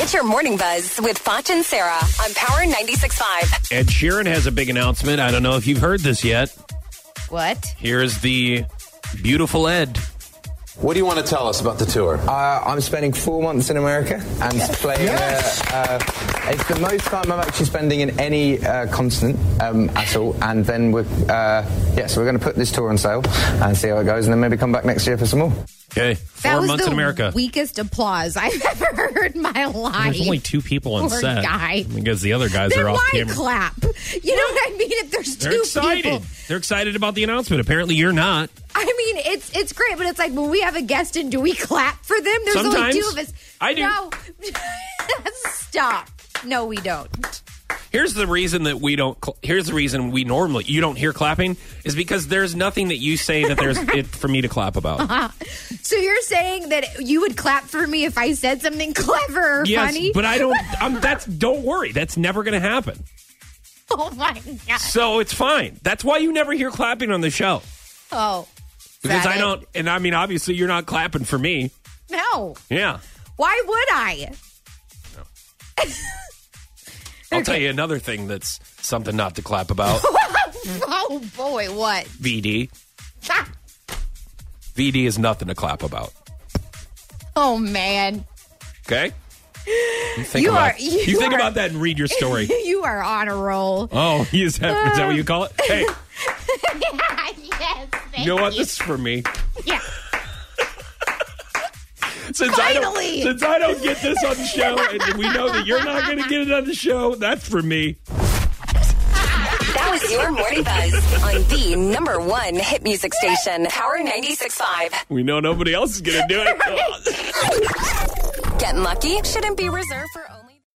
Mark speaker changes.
Speaker 1: It's your morning buzz with Foch and Sarah on Power 96.5.
Speaker 2: Ed Sheeran has a big announcement. I don't know if you've heard this yet.
Speaker 3: What?
Speaker 2: Here's the beautiful Ed.
Speaker 4: What do you want to tell us about the tour?
Speaker 5: Uh, I'm spending four months in America and playing.
Speaker 4: Yes.
Speaker 5: Uh, uh, it's the most time I'm actually spending in any uh, continent um, at all. And then we're uh, yeah, so we're going to put this tour on sale and see how it goes, and then maybe come back next year for some more.
Speaker 2: Okay,
Speaker 3: that
Speaker 2: four
Speaker 3: was
Speaker 2: months
Speaker 3: the
Speaker 2: in America.
Speaker 3: weakest applause I've ever heard in my life.
Speaker 2: There's only two people on
Speaker 3: Poor
Speaker 2: set
Speaker 3: guy.
Speaker 2: because the other guys
Speaker 3: Then
Speaker 2: are off
Speaker 3: why
Speaker 2: camera.
Speaker 3: clap? You know what I mean? If there's
Speaker 2: They're
Speaker 3: two
Speaker 2: excited.
Speaker 3: people,
Speaker 2: They're excited about the announcement. Apparently, you're not.
Speaker 3: I mean, it's it's great, but it's like when we have a guest and do we clap for them? There's
Speaker 2: Sometimes.
Speaker 3: only two of us.
Speaker 2: I do.
Speaker 3: No, stop. No, we don't.
Speaker 2: Here's the reason that we don't. Cl- here's the reason we normally you don't hear clapping is because there's nothing that you say that there's it for me to clap about.
Speaker 3: So you're saying that you would clap for me if I said something clever or
Speaker 2: yes,
Speaker 3: funny?
Speaker 2: but I don't. I'm, that's don't worry. That's never going to happen.
Speaker 3: oh my god!
Speaker 2: So it's fine. That's why you never hear clapping on the show
Speaker 3: Oh, is
Speaker 2: because
Speaker 3: that
Speaker 2: I
Speaker 3: it?
Speaker 2: don't. And I mean, obviously, you're not clapping for me.
Speaker 3: No,
Speaker 2: Yeah.
Speaker 3: why would I?
Speaker 2: I'll tell you another thing that's something not to clap about.
Speaker 3: Oh boy, what?
Speaker 2: VD. VD is nothing to clap about.
Speaker 3: Oh man,
Speaker 2: Okay? You think,
Speaker 3: You
Speaker 2: about,
Speaker 3: are- you
Speaker 2: think
Speaker 3: are-
Speaker 2: about that and read your story.
Speaker 3: you are on a roll.
Speaker 2: oh, is that, is that what you call it? Hey,
Speaker 3: Uh, yes,
Speaker 2: you
Speaker 3: thank
Speaker 2: know what? This is for me.
Speaker 3: Yeah.
Speaker 2: Since I
Speaker 3: Finally!
Speaker 2: don't, since I don't get this on the show, and we know that you're not going to get it on the show, that's for me.
Speaker 1: That was your morning buzz on the number one hit music station, Power 96.5.
Speaker 2: We know nobody else is going to do it.
Speaker 1: Get lucky shouldn't be reserved for.